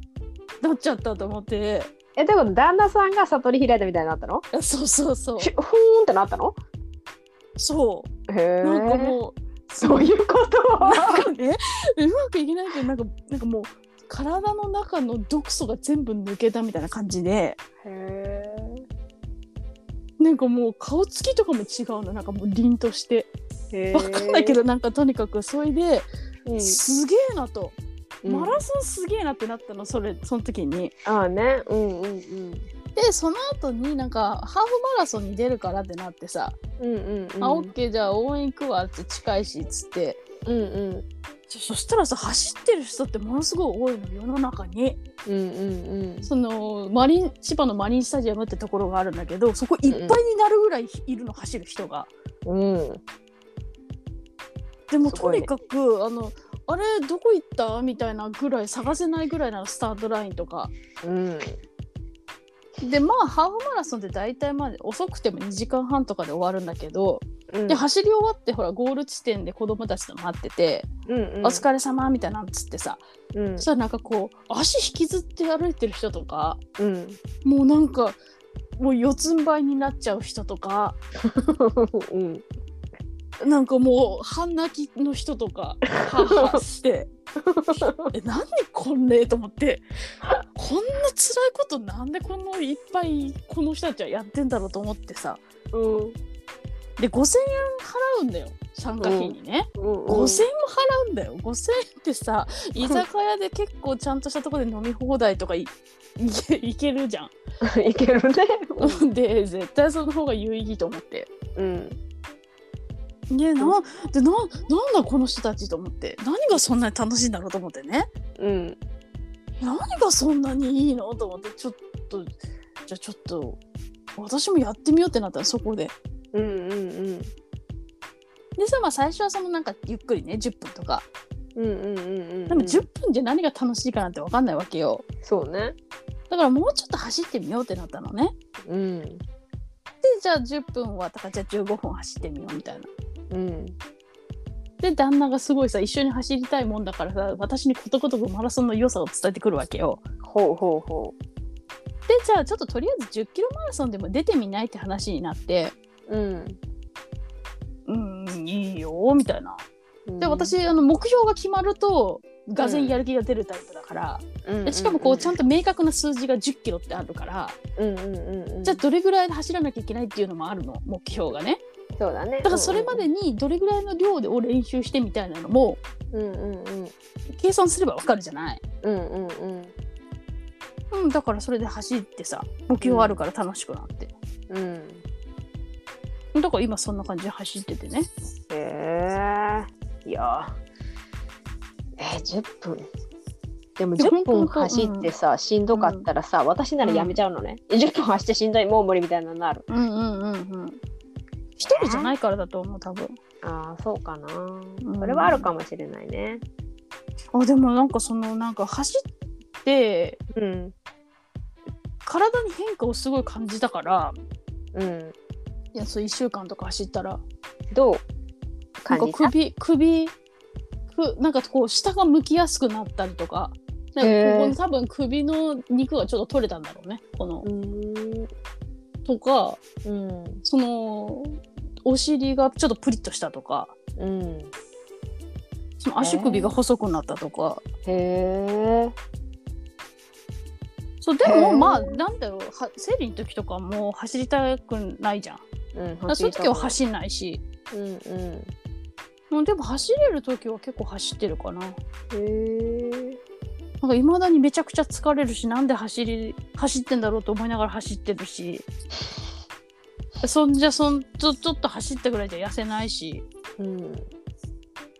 [SPEAKER 2] なっちゃったと思って
[SPEAKER 3] えってこと旦那さんが悟り開いたみたいになったの
[SPEAKER 2] えそうそうそう
[SPEAKER 3] しふーんってなったの
[SPEAKER 2] そ
[SPEAKER 3] へえ
[SPEAKER 2] うなんかも
[SPEAKER 3] そういう
[SPEAKER 2] <laughs>
[SPEAKER 3] こと
[SPEAKER 2] うなんかねうまくいけないけどなんかなんかもう体の中の毒素が全部抜けたみたいな感じで
[SPEAKER 3] へえ
[SPEAKER 2] なんかもう顔つきとかも違うのなんかもう凛として
[SPEAKER 3] へー
[SPEAKER 2] 分かんないけどなんかとにかくそれで
[SPEAKER 3] うん
[SPEAKER 2] すげえなと、
[SPEAKER 3] うん
[SPEAKER 2] マラソンすげえなってなったのそれその時に。
[SPEAKER 3] ああねうんうんうん
[SPEAKER 2] でその後になんかハーフマラソンに出るからってなってさ「
[SPEAKER 3] うんうんうん
[SPEAKER 2] あオッケーじゃあ応援行くわ」って近いしっつって
[SPEAKER 3] うんうん
[SPEAKER 2] そそしたらさ走ってる人ってものすごい多いの世の中に
[SPEAKER 3] うんうん
[SPEAKER 2] そのマリン千葉のマリンスタジアムってところがあるんだけどそこいっぱいになるぐらいいるの走る人が。
[SPEAKER 3] うんうん
[SPEAKER 2] でも
[SPEAKER 3] す
[SPEAKER 2] と
[SPEAKER 3] ごい
[SPEAKER 2] に
[SPEAKER 3] ね
[SPEAKER 2] かくあのあれどこ行ったみたいなぐらい探せないぐらいなのスタートラインとか
[SPEAKER 3] うん
[SPEAKER 2] でまあハーフマラソンって大体まで遅くても2時間半とかで終わるんだけど、
[SPEAKER 3] うん
[SPEAKER 2] で走り終わってほらゴール地点で子供たちと待ってて
[SPEAKER 3] うん
[SPEAKER 2] 「
[SPEAKER 3] うん
[SPEAKER 2] お疲れ様みたいなのつってさ、
[SPEAKER 3] うん
[SPEAKER 2] そしたらなんかこう足引きずって歩いてる人とか
[SPEAKER 3] うん
[SPEAKER 2] もうなんかもう四つん這いになっちゃう人とか
[SPEAKER 3] うん
[SPEAKER 2] なんかもう半泣きの人とかはっはっして
[SPEAKER 3] <laughs>
[SPEAKER 2] え何こんねと思ってこんな辛いことなんでこのいっぱいこの人たちはやってんだろうと思ってさ
[SPEAKER 3] うん
[SPEAKER 2] で5,000円払うんだよ参加費にね、
[SPEAKER 3] うん
[SPEAKER 2] 5,000円も払うんだよ5,000円ってさ居酒屋で結構ちゃんとしたとこで飲み放題とかい <laughs> いけいけるじゃん。
[SPEAKER 3] いけるね
[SPEAKER 2] で絶対その方が有意義と思って。
[SPEAKER 3] うん
[SPEAKER 2] ねなでななんだこの人たちと思って何がそんなに楽しいんだろうと思ってね
[SPEAKER 3] うん
[SPEAKER 2] 何がそんなにいいのと思ってちょっとじゃあちょっと私もやってみようってなったのそこで。
[SPEAKER 3] うんうんうん
[SPEAKER 2] でさまあ最初はそのなんかゆっくりね10分とか
[SPEAKER 3] うんうんうんうん
[SPEAKER 2] でも10分で何が楽しいかなんて分かんないわけよ
[SPEAKER 3] そうね
[SPEAKER 2] だからもうちょっと走ってみようってなったのね
[SPEAKER 3] うん
[SPEAKER 2] でじゃあ10分はだからじゃあ15分走ってみようみたいな
[SPEAKER 3] うん
[SPEAKER 2] で旦那がすごいさ一緒に走りたいもんだからさ私にことごとくマラソンの良さを伝えてくるわけよ
[SPEAKER 3] ほうほうほ
[SPEAKER 2] でじゃあちょっととりあえず1 0キロマラソンでも出てみないって話になって
[SPEAKER 3] ううん
[SPEAKER 2] うんいいよみたいな
[SPEAKER 3] うん
[SPEAKER 2] で私あの目標が決まるとがぜんやる気が出るタイプだから、
[SPEAKER 3] うん
[SPEAKER 2] でしかもこうちゃんと明確な数字が1 0キロってあるから、
[SPEAKER 3] うんうんうんうん
[SPEAKER 2] じゃあどれぐらいで走らなきゃいけないっていうのもあるの目標がね
[SPEAKER 3] そうだね
[SPEAKER 2] だからそれまでにどれぐらいの量でを練習してみたいなのも
[SPEAKER 3] うんうんうん
[SPEAKER 2] 計算すればわかるじゃない
[SPEAKER 3] うんうんうん
[SPEAKER 2] うんだからそれで走ってさ目標あるから楽しくなって、
[SPEAKER 3] うん
[SPEAKER 2] だから今そんな感じで走っててね
[SPEAKER 3] へえいやえー、10分でも
[SPEAKER 2] いや
[SPEAKER 3] 10
[SPEAKER 2] ほ
[SPEAKER 3] 分
[SPEAKER 2] んとほんと
[SPEAKER 3] 走ってさしんどかったらさ、私ならやめちゃうのね、え10分走ってしんどいもう無理みたいなのなる
[SPEAKER 2] うんうんうんうん一人じゃないからだと思う多分
[SPEAKER 3] ああそうかな、
[SPEAKER 2] ん
[SPEAKER 3] それはあるかもしれないね
[SPEAKER 2] あでもなんかそのなんか走って
[SPEAKER 3] うん
[SPEAKER 2] 体に変化をすごい感じたから
[SPEAKER 3] うん
[SPEAKER 2] いやそう1週間とか走ったら
[SPEAKER 3] どう
[SPEAKER 2] な
[SPEAKER 3] 感
[SPEAKER 2] んか
[SPEAKER 3] じた
[SPEAKER 2] 首首くなんかこう下が向きやすくなったりとかなんかここ
[SPEAKER 3] へ
[SPEAKER 2] の
[SPEAKER 3] ー
[SPEAKER 2] 多分首の肉がちょっと取れたんだろうねこの
[SPEAKER 3] うーん
[SPEAKER 2] とか
[SPEAKER 3] うん
[SPEAKER 2] そのお尻がちょっとプリッとしたとか
[SPEAKER 3] うん
[SPEAKER 2] その足首が細くなったとか、
[SPEAKER 3] へえ
[SPEAKER 2] そうでも
[SPEAKER 3] へー
[SPEAKER 2] まあなんだろうは生理の時とかもう走りたくないじゃん
[SPEAKER 3] うん
[SPEAKER 2] だからそういう時は
[SPEAKER 3] り
[SPEAKER 2] 走んないし
[SPEAKER 3] たうんうん
[SPEAKER 2] うんでも走れる時は結構走ってるかななん
[SPEAKER 3] へえ
[SPEAKER 2] かいまだにめちゃくちゃ疲れるしなんで走り走ってんだろうと思いながら走ってるしそんじゃそんちょちょっと走ったぐらいじゃ痩せないし、
[SPEAKER 3] うん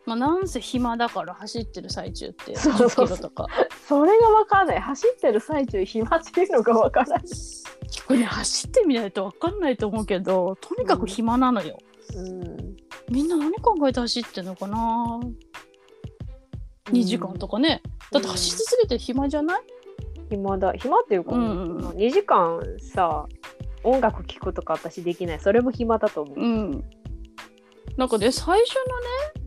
[SPEAKER 2] まあ、なんせ暇だから走ってる最中って
[SPEAKER 3] そうそうそう
[SPEAKER 2] 10キロとか
[SPEAKER 3] それが分かんない走ってる最中暇っていうのが分からない、
[SPEAKER 2] これ走ってみないと分かんないと思うけどとにかく暇なのよ、
[SPEAKER 3] うん、
[SPEAKER 2] みんな何考えて走ってんのかな2時間とかね、だって走り続けて暇じゃない、
[SPEAKER 3] 暇だ暇っていうか、
[SPEAKER 2] うんうん
[SPEAKER 3] 2時間さ音楽聴くとか私できないそれも暇だと思う、
[SPEAKER 2] うん。なんかね、最初のね、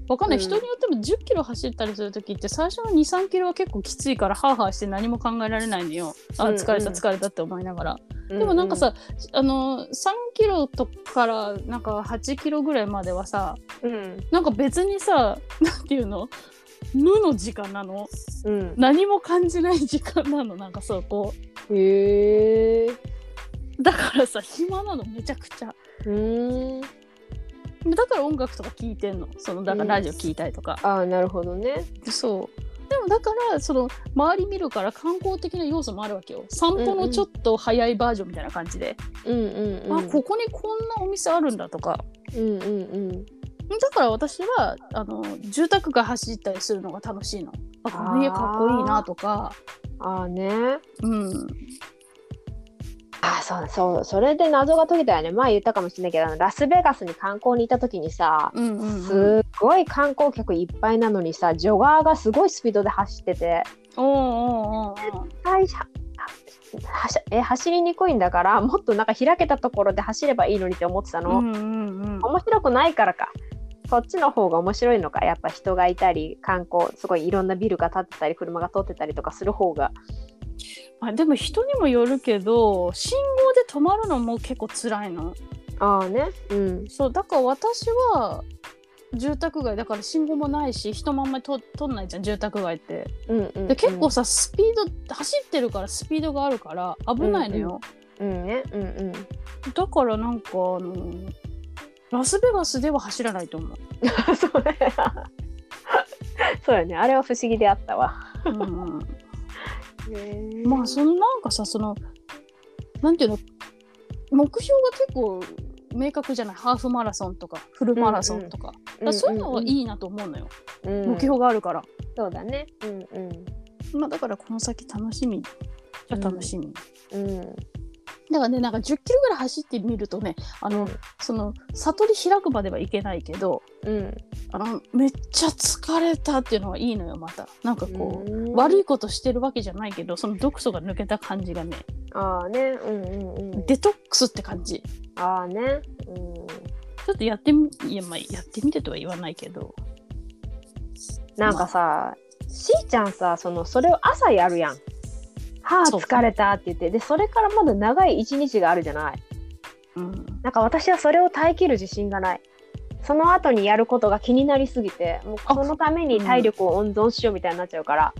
[SPEAKER 2] わかんない、
[SPEAKER 3] うん
[SPEAKER 2] 人によっても10キロ走ったりするときって、最初の2、3キロは結構きついから、ハーハーして何も考えられないのよ。あ、
[SPEAKER 3] うんうん
[SPEAKER 2] 疲れた、疲れたって思いながら。
[SPEAKER 3] う
[SPEAKER 2] でもなんかさ、あの、3キロとかから、なんか8キロぐらいまではさ、
[SPEAKER 3] うん
[SPEAKER 2] なんか別にさ、なんていうの無の時間なの
[SPEAKER 3] うん
[SPEAKER 2] 何も感じない時間なのなんかそうこ
[SPEAKER 3] へえ
[SPEAKER 2] うだからさ暇なのめちゃくちゃ
[SPEAKER 3] うん
[SPEAKER 2] だから音楽とか聴いてんのそのだからラジオ聴いたりとか、
[SPEAKER 3] ああなるほどね
[SPEAKER 2] そうでもだからその周り見るから観光的な要素もあるわけよ散歩
[SPEAKER 3] うんう
[SPEAKER 2] の
[SPEAKER 3] ん
[SPEAKER 2] ちょっと早いバージョンみたいな感じで、
[SPEAKER 3] うんうんうん
[SPEAKER 2] あここにこんなお店あるんだとか
[SPEAKER 3] うんうんうん
[SPEAKER 2] だから私はあの住宅街走ったりするのが楽しいのあこの家かっこいいなとか
[SPEAKER 3] ああね
[SPEAKER 2] うん
[SPEAKER 3] ああそうそうそれで謎が解けたよね前言ったかもしれないけどあのラスベガスに観光に行った時にさ
[SPEAKER 2] うんうんうん
[SPEAKER 3] すっごい観光客いっぱいなのにさジョガーがすごいスピードで走ってて
[SPEAKER 2] おーおーおーおー
[SPEAKER 3] 最初はしえ走りにくいんだからもっとなんか開けたところで走ればいいのにって思ってたの、
[SPEAKER 2] うんうんうん
[SPEAKER 3] 面白くないからかそっちの方が面白いのかやっぱ人がいたり観光すごいいろんなビルが建ってたり車が通ってたりとかする方が
[SPEAKER 2] まあ、でも人にもよるけど信号で止まるのも結構辛いの
[SPEAKER 3] ああねうん
[SPEAKER 2] そうだから私は住宅街だから信号もないし人もあんまり通通んないじゃん住宅街って
[SPEAKER 3] うんうん、うん、
[SPEAKER 2] で結構さスピード走ってるからスピードがあるから危ないのよ、
[SPEAKER 3] うんねうんうん <laughs>
[SPEAKER 2] だからなんかあのラスベガスでは走らないと思う、
[SPEAKER 3] そうね。 <laughs> そうよね。あれは不思議であったわ。
[SPEAKER 2] うんうん、
[SPEAKER 3] <laughs>
[SPEAKER 2] まあそのなんかさそのなんていうの目標が結構明確じゃないハーフマラソンとかフルマラソンとか,、
[SPEAKER 3] うんんん
[SPEAKER 2] そういうのはい、いなと思うのよ、
[SPEAKER 3] うん
[SPEAKER 2] 目標があるから、
[SPEAKER 3] そうだね。うん
[SPEAKER 2] まあ、だからこの先楽しみじゃ楽しみ、
[SPEAKER 3] うんうん。
[SPEAKER 2] だからねなんか1 0キロぐらい走ってみるとねあ
[SPEAKER 3] あ
[SPEAKER 2] の、その悟り開くまではいけないけど
[SPEAKER 3] うん。
[SPEAKER 2] あのめっちゃ疲れたっていうのはいいのよまたなんかこう、
[SPEAKER 3] うん
[SPEAKER 2] 悪いことしてるわけじゃないけどその毒素が抜けた感じがね、
[SPEAKER 3] ああね。うんうんうん。
[SPEAKER 2] デトックスって感じ
[SPEAKER 3] ああね。うん。
[SPEAKER 2] ちょっとやってみいや,、まあ、やってみてとは言わないけど
[SPEAKER 3] なんかさ、しーちゃんさ、そのそれを朝やるやん。はあ
[SPEAKER 2] そう
[SPEAKER 3] 疲れたって言ってでそれからまだ長い一日があるじゃない
[SPEAKER 2] うん
[SPEAKER 3] なんか私はそれを耐えきる自信がないその後にやることが気になりすぎてもう
[SPEAKER 2] あ
[SPEAKER 3] そのために体力を温存しようみたいになっちゃうから、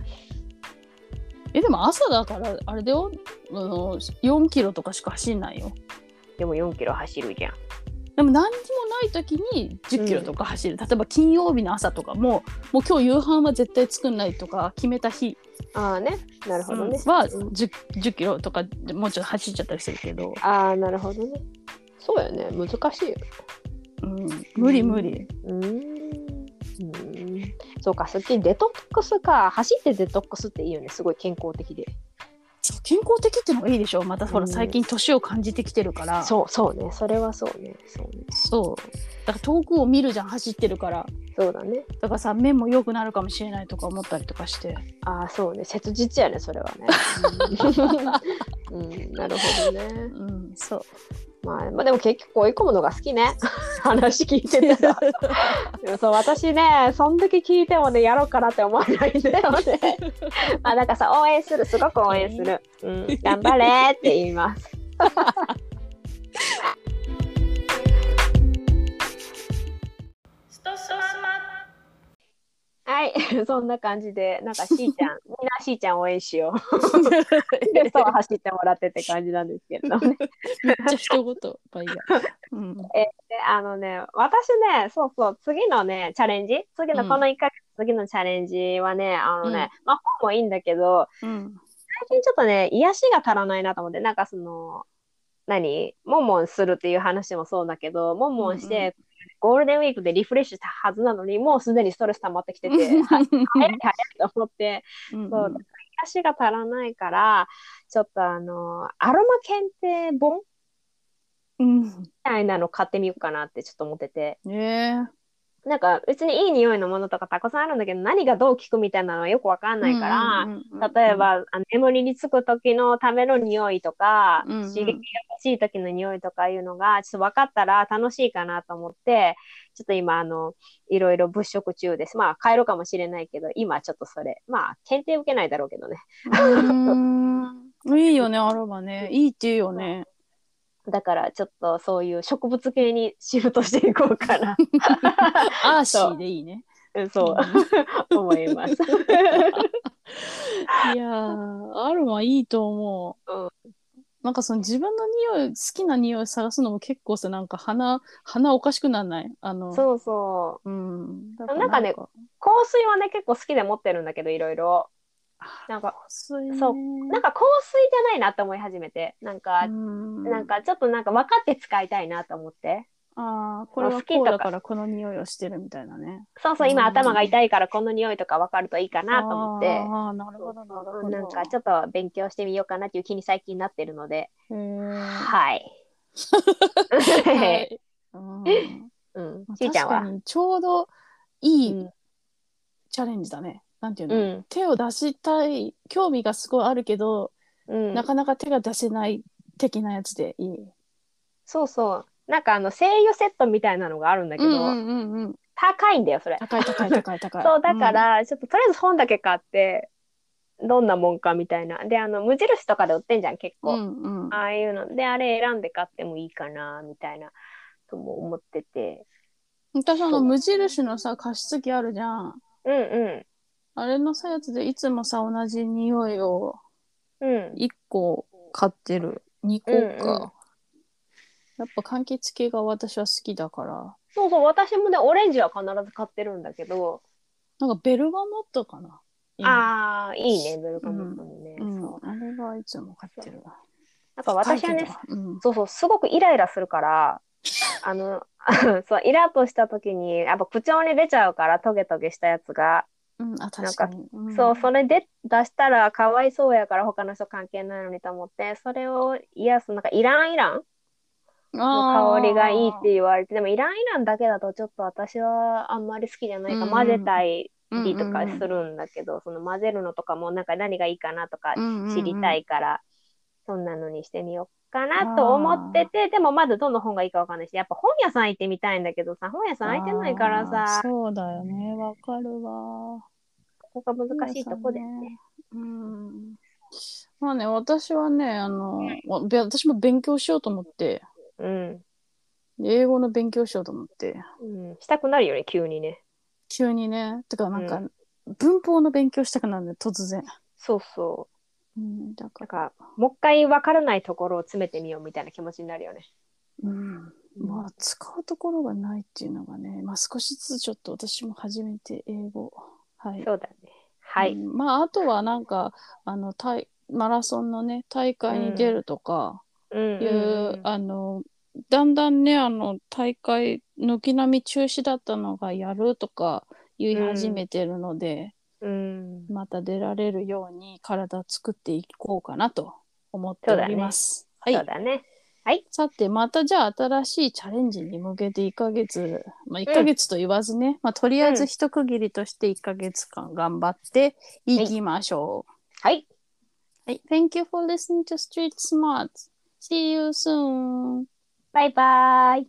[SPEAKER 2] えでも朝だからあれだよあの4キロとかしか走んないよ
[SPEAKER 3] でも4キロ走るじゃん。
[SPEAKER 2] でも何にもない時に1 0キロとか走る、例えば金曜日の朝とかももう今日夕飯は絶対作んないとか決めた日
[SPEAKER 3] ああね、なるほどね。
[SPEAKER 2] は
[SPEAKER 3] うん
[SPEAKER 2] 1 0キロとかでもうちょっと走っちゃったりするけど、
[SPEAKER 3] ああ、なるほどね。そうよね、難しいよ。
[SPEAKER 2] うん、無理無理
[SPEAKER 3] うーん。うーんそうか、すっきりデトックスか、走ってデトックスっていいよね、すごい健康的で。
[SPEAKER 2] そう健康的ってのがいいでしょまたほ
[SPEAKER 3] う
[SPEAKER 2] ら
[SPEAKER 3] ん
[SPEAKER 2] 最近年を感じてきてるから、う
[SPEAKER 3] そう、そうね、それはそうね、そうね。
[SPEAKER 2] そうだから遠くを見るじゃん走ってるから
[SPEAKER 3] そうだね。
[SPEAKER 2] だからさ目も良くなるかもしれないとか思ったりとかして
[SPEAKER 3] ああ、そうね、切実やね、それはね。うん、うんなるほどね。
[SPEAKER 2] うんそう <laughs>
[SPEAKER 3] まあ、まあ、でも結局追い込むのが好きね。 <laughs> 話聞いてたら。で <laughs> もそう私ねそんだけ聞いてもねやろうかなって思わないんだよね <laughs> まあなんかさ応援するすごく応援する、うん、頑張れって言います
[SPEAKER 1] ストスマ
[SPEAKER 3] はい <laughs> そんな感じでなんかしーちゃんみんなしーちゃん応援しようでそう走ってもらってって感じなんですけれどもね
[SPEAKER 2] めっちゃ一言バイヤー、うん、
[SPEAKER 3] であのね私ねそうそう次のねチャレンジ次のこの1回、次のチャレンジはね、あのね、まあ本もいいんだけど、
[SPEAKER 2] うん
[SPEAKER 3] 最近ちょっとね、癒しが足らないなと思って、なんかその、何モンモンするっていう話もそうだけど、モンモンし
[SPEAKER 2] うんう
[SPEAKER 3] て、ゴールデンウィークでリフレッシュしたはずなのに、もうすでにストレス溜まってき
[SPEAKER 2] <laughs>
[SPEAKER 3] てて、はい早い早いと思って、
[SPEAKER 2] うん
[SPEAKER 3] そう、癒しが足らないから、ちょっとあの、アロマ検定本
[SPEAKER 2] う
[SPEAKER 3] み
[SPEAKER 2] ん
[SPEAKER 3] たいなの買ってみようかなってちょっと思ってて、
[SPEAKER 2] ね
[SPEAKER 3] なんか別にいい匂いのものとかたくさんあるんだけど、何がどう効くみたいなのはよくわか
[SPEAKER 2] え
[SPEAKER 3] んないから、
[SPEAKER 2] うんうんうんうん
[SPEAKER 3] 例えば、あの眠りにつく時のための匂いとか、
[SPEAKER 2] うんうん
[SPEAKER 3] 刺激が欲しい時の匂いとかいうのがちょっと分かったら楽しいかなと思ってちょっと今あのいろいろ物色中ですまあ変えるかもしれないけど今ちょっとそれまあ検定受けないだろうけどね
[SPEAKER 2] うんいいよねアロマねいいって言うよね
[SPEAKER 3] だからちょっとそういう植物系にシフトしていこう
[SPEAKER 2] <laughs>
[SPEAKER 3] かな
[SPEAKER 2] アーシーでいいね
[SPEAKER 3] うんそう思
[SPEAKER 2] <laughs>
[SPEAKER 3] います
[SPEAKER 2] いやーアロマいいと思う、
[SPEAKER 3] うん
[SPEAKER 2] なんかその自分の匂い好きな匂い探すのも結構さなんか鼻鼻おかしくならないあの
[SPEAKER 3] そうそう
[SPEAKER 2] うんだ
[SPEAKER 3] なんかね香水はね結構好きで持ってるんだけどいろいろなんか
[SPEAKER 2] そうね
[SPEAKER 3] そうなんか香水じゃないなと思い始めてなんか
[SPEAKER 2] うん
[SPEAKER 3] なんかちょっとなんか分かって使いたいなと思って。
[SPEAKER 2] ああこれはこうだからこの匂いをしてるみたいなね
[SPEAKER 3] そうそう、今
[SPEAKER 2] うん
[SPEAKER 3] 頭が痛いからこの匂いとか分かるといいかなと思って。
[SPEAKER 2] ああなるほどなるほど
[SPEAKER 3] なんかちょっと勉強してみようかなっていう気に最近なってるので。
[SPEAKER 2] へー
[SPEAKER 3] はい。
[SPEAKER 2] <laughs> はいうん
[SPEAKER 3] うん
[SPEAKER 2] まあ。
[SPEAKER 3] <laughs> しーちゃん
[SPEAKER 2] 確
[SPEAKER 3] は
[SPEAKER 2] かにちょうどいい、
[SPEAKER 3] うん
[SPEAKER 2] チャレンジだねなんていうの、
[SPEAKER 3] うん。
[SPEAKER 2] 手を出したい興味がすごいあるけど
[SPEAKER 3] うん
[SPEAKER 2] なかなか手が出せない的なやつでいい。
[SPEAKER 3] そうそう。なんかあの、声優セットみたいなのがあるんだけど、
[SPEAKER 2] うんうんうんうん、
[SPEAKER 3] 高いんだよ、それ。
[SPEAKER 2] 高い高い高い高い。
[SPEAKER 3] <laughs> そう、だから、ちょっととりあえず本だけ買って、どんなもんかみたいな。で、あの、無印とかで売ってんじゃん、結
[SPEAKER 2] う
[SPEAKER 3] 構。
[SPEAKER 2] ん、うんうん、
[SPEAKER 3] ああいうの。で、あれ選んで買ってもいいかな、みたいな、とも思ってて。
[SPEAKER 2] 私あの無印のさ加湿器あるじゃん。
[SPEAKER 3] うんう
[SPEAKER 2] あれのさやつでいつもさ同じ匂いを
[SPEAKER 3] ん。うん。
[SPEAKER 2] 1個買ってる2個か、
[SPEAKER 3] うんうん
[SPEAKER 2] やっぱ柑橘系が私は好きだから
[SPEAKER 3] そうそう、私もね、オレンジは必ず買ってるんだけど、
[SPEAKER 2] なんかベルガモットかなあ、
[SPEAKER 3] ああ、いいね、ベルカムットにね、
[SPEAKER 2] うん
[SPEAKER 3] そう。
[SPEAKER 2] あれはいつも買ってるわ
[SPEAKER 3] なんか私は
[SPEAKER 2] 高い
[SPEAKER 3] ね
[SPEAKER 2] け、どうん
[SPEAKER 3] そうそう、すごくイライラするから、あの、 <laughs> そう、イラッとした時に、やっぱ口調に出ちゃうから、トゲトゲしたやつが。
[SPEAKER 2] うん、あ確かにん
[SPEAKER 3] そう、それで出したらかわいそうやから、他の人関係ないのにと思って、それを癒す、なんかイランイランの香りがいいって言われて、でもイランイランだけだとちょっと私はあんまり好きじゃないか
[SPEAKER 2] うん
[SPEAKER 3] ら、
[SPEAKER 2] うん
[SPEAKER 3] 混ぜたい
[SPEAKER 2] あー
[SPEAKER 3] りとか
[SPEAKER 2] うんうんうん
[SPEAKER 3] するんだけど、その混ぜるのとかもなんか何がいいかなとか
[SPEAKER 2] うんうんうん
[SPEAKER 3] 知りたいから、そんなのにしてみようかなと思ってて、でもまだどの本がいいかわかんないし、やっぱ本屋さん行ってみたいんだけどさ、本屋さん空いてないから
[SPEAKER 2] あー
[SPEAKER 3] さ、
[SPEAKER 2] そうだよねわかるわ
[SPEAKER 3] ここが難しいとこだよね。
[SPEAKER 2] うんまあね私はねあのわべ私も勉強しようと思って
[SPEAKER 3] うん。
[SPEAKER 2] 英語の勉強しようと思って
[SPEAKER 3] うん、したくなるよね、急にね。
[SPEAKER 2] 急にねてかなんか、
[SPEAKER 3] う
[SPEAKER 2] 文法の勉強したくなるんで突然、
[SPEAKER 3] そうそ
[SPEAKER 2] うん、だ
[SPEAKER 3] う。な
[SPEAKER 2] か
[SPEAKER 3] ん
[SPEAKER 2] ら
[SPEAKER 3] か、もう一回分からないところを詰めてみようみたいな気持ちになるよね。
[SPEAKER 2] うんまあ使うところがないっていうのがね、まあ、少しずつちょっと私も初めて英語はい
[SPEAKER 3] そうだね。はい。
[SPEAKER 2] うんまああとはなんかあの大マラソンのね大会に出るとか
[SPEAKER 3] うん。
[SPEAKER 2] いう、
[SPEAKER 3] うん
[SPEAKER 2] あのだんだんねあの大会軒並み中止だったのがやるとか言い始めてるので、
[SPEAKER 3] うん。
[SPEAKER 2] また出られるように体作っていこうかなと思っております。
[SPEAKER 3] そ
[SPEAKER 2] は
[SPEAKER 3] う
[SPEAKER 2] い、
[SPEAKER 3] だね。
[SPEAKER 2] さてまたじゃあ新しいチャレンジに向けて1ヶ月、まあ、1ヶ月と言わずね、まあ、とりあえず一区切りとして1ヶ月間頑張っていきましょう。
[SPEAKER 3] はい。
[SPEAKER 2] はい、Thank you for listening to Street Smart. See you soon.
[SPEAKER 3] バイバイ。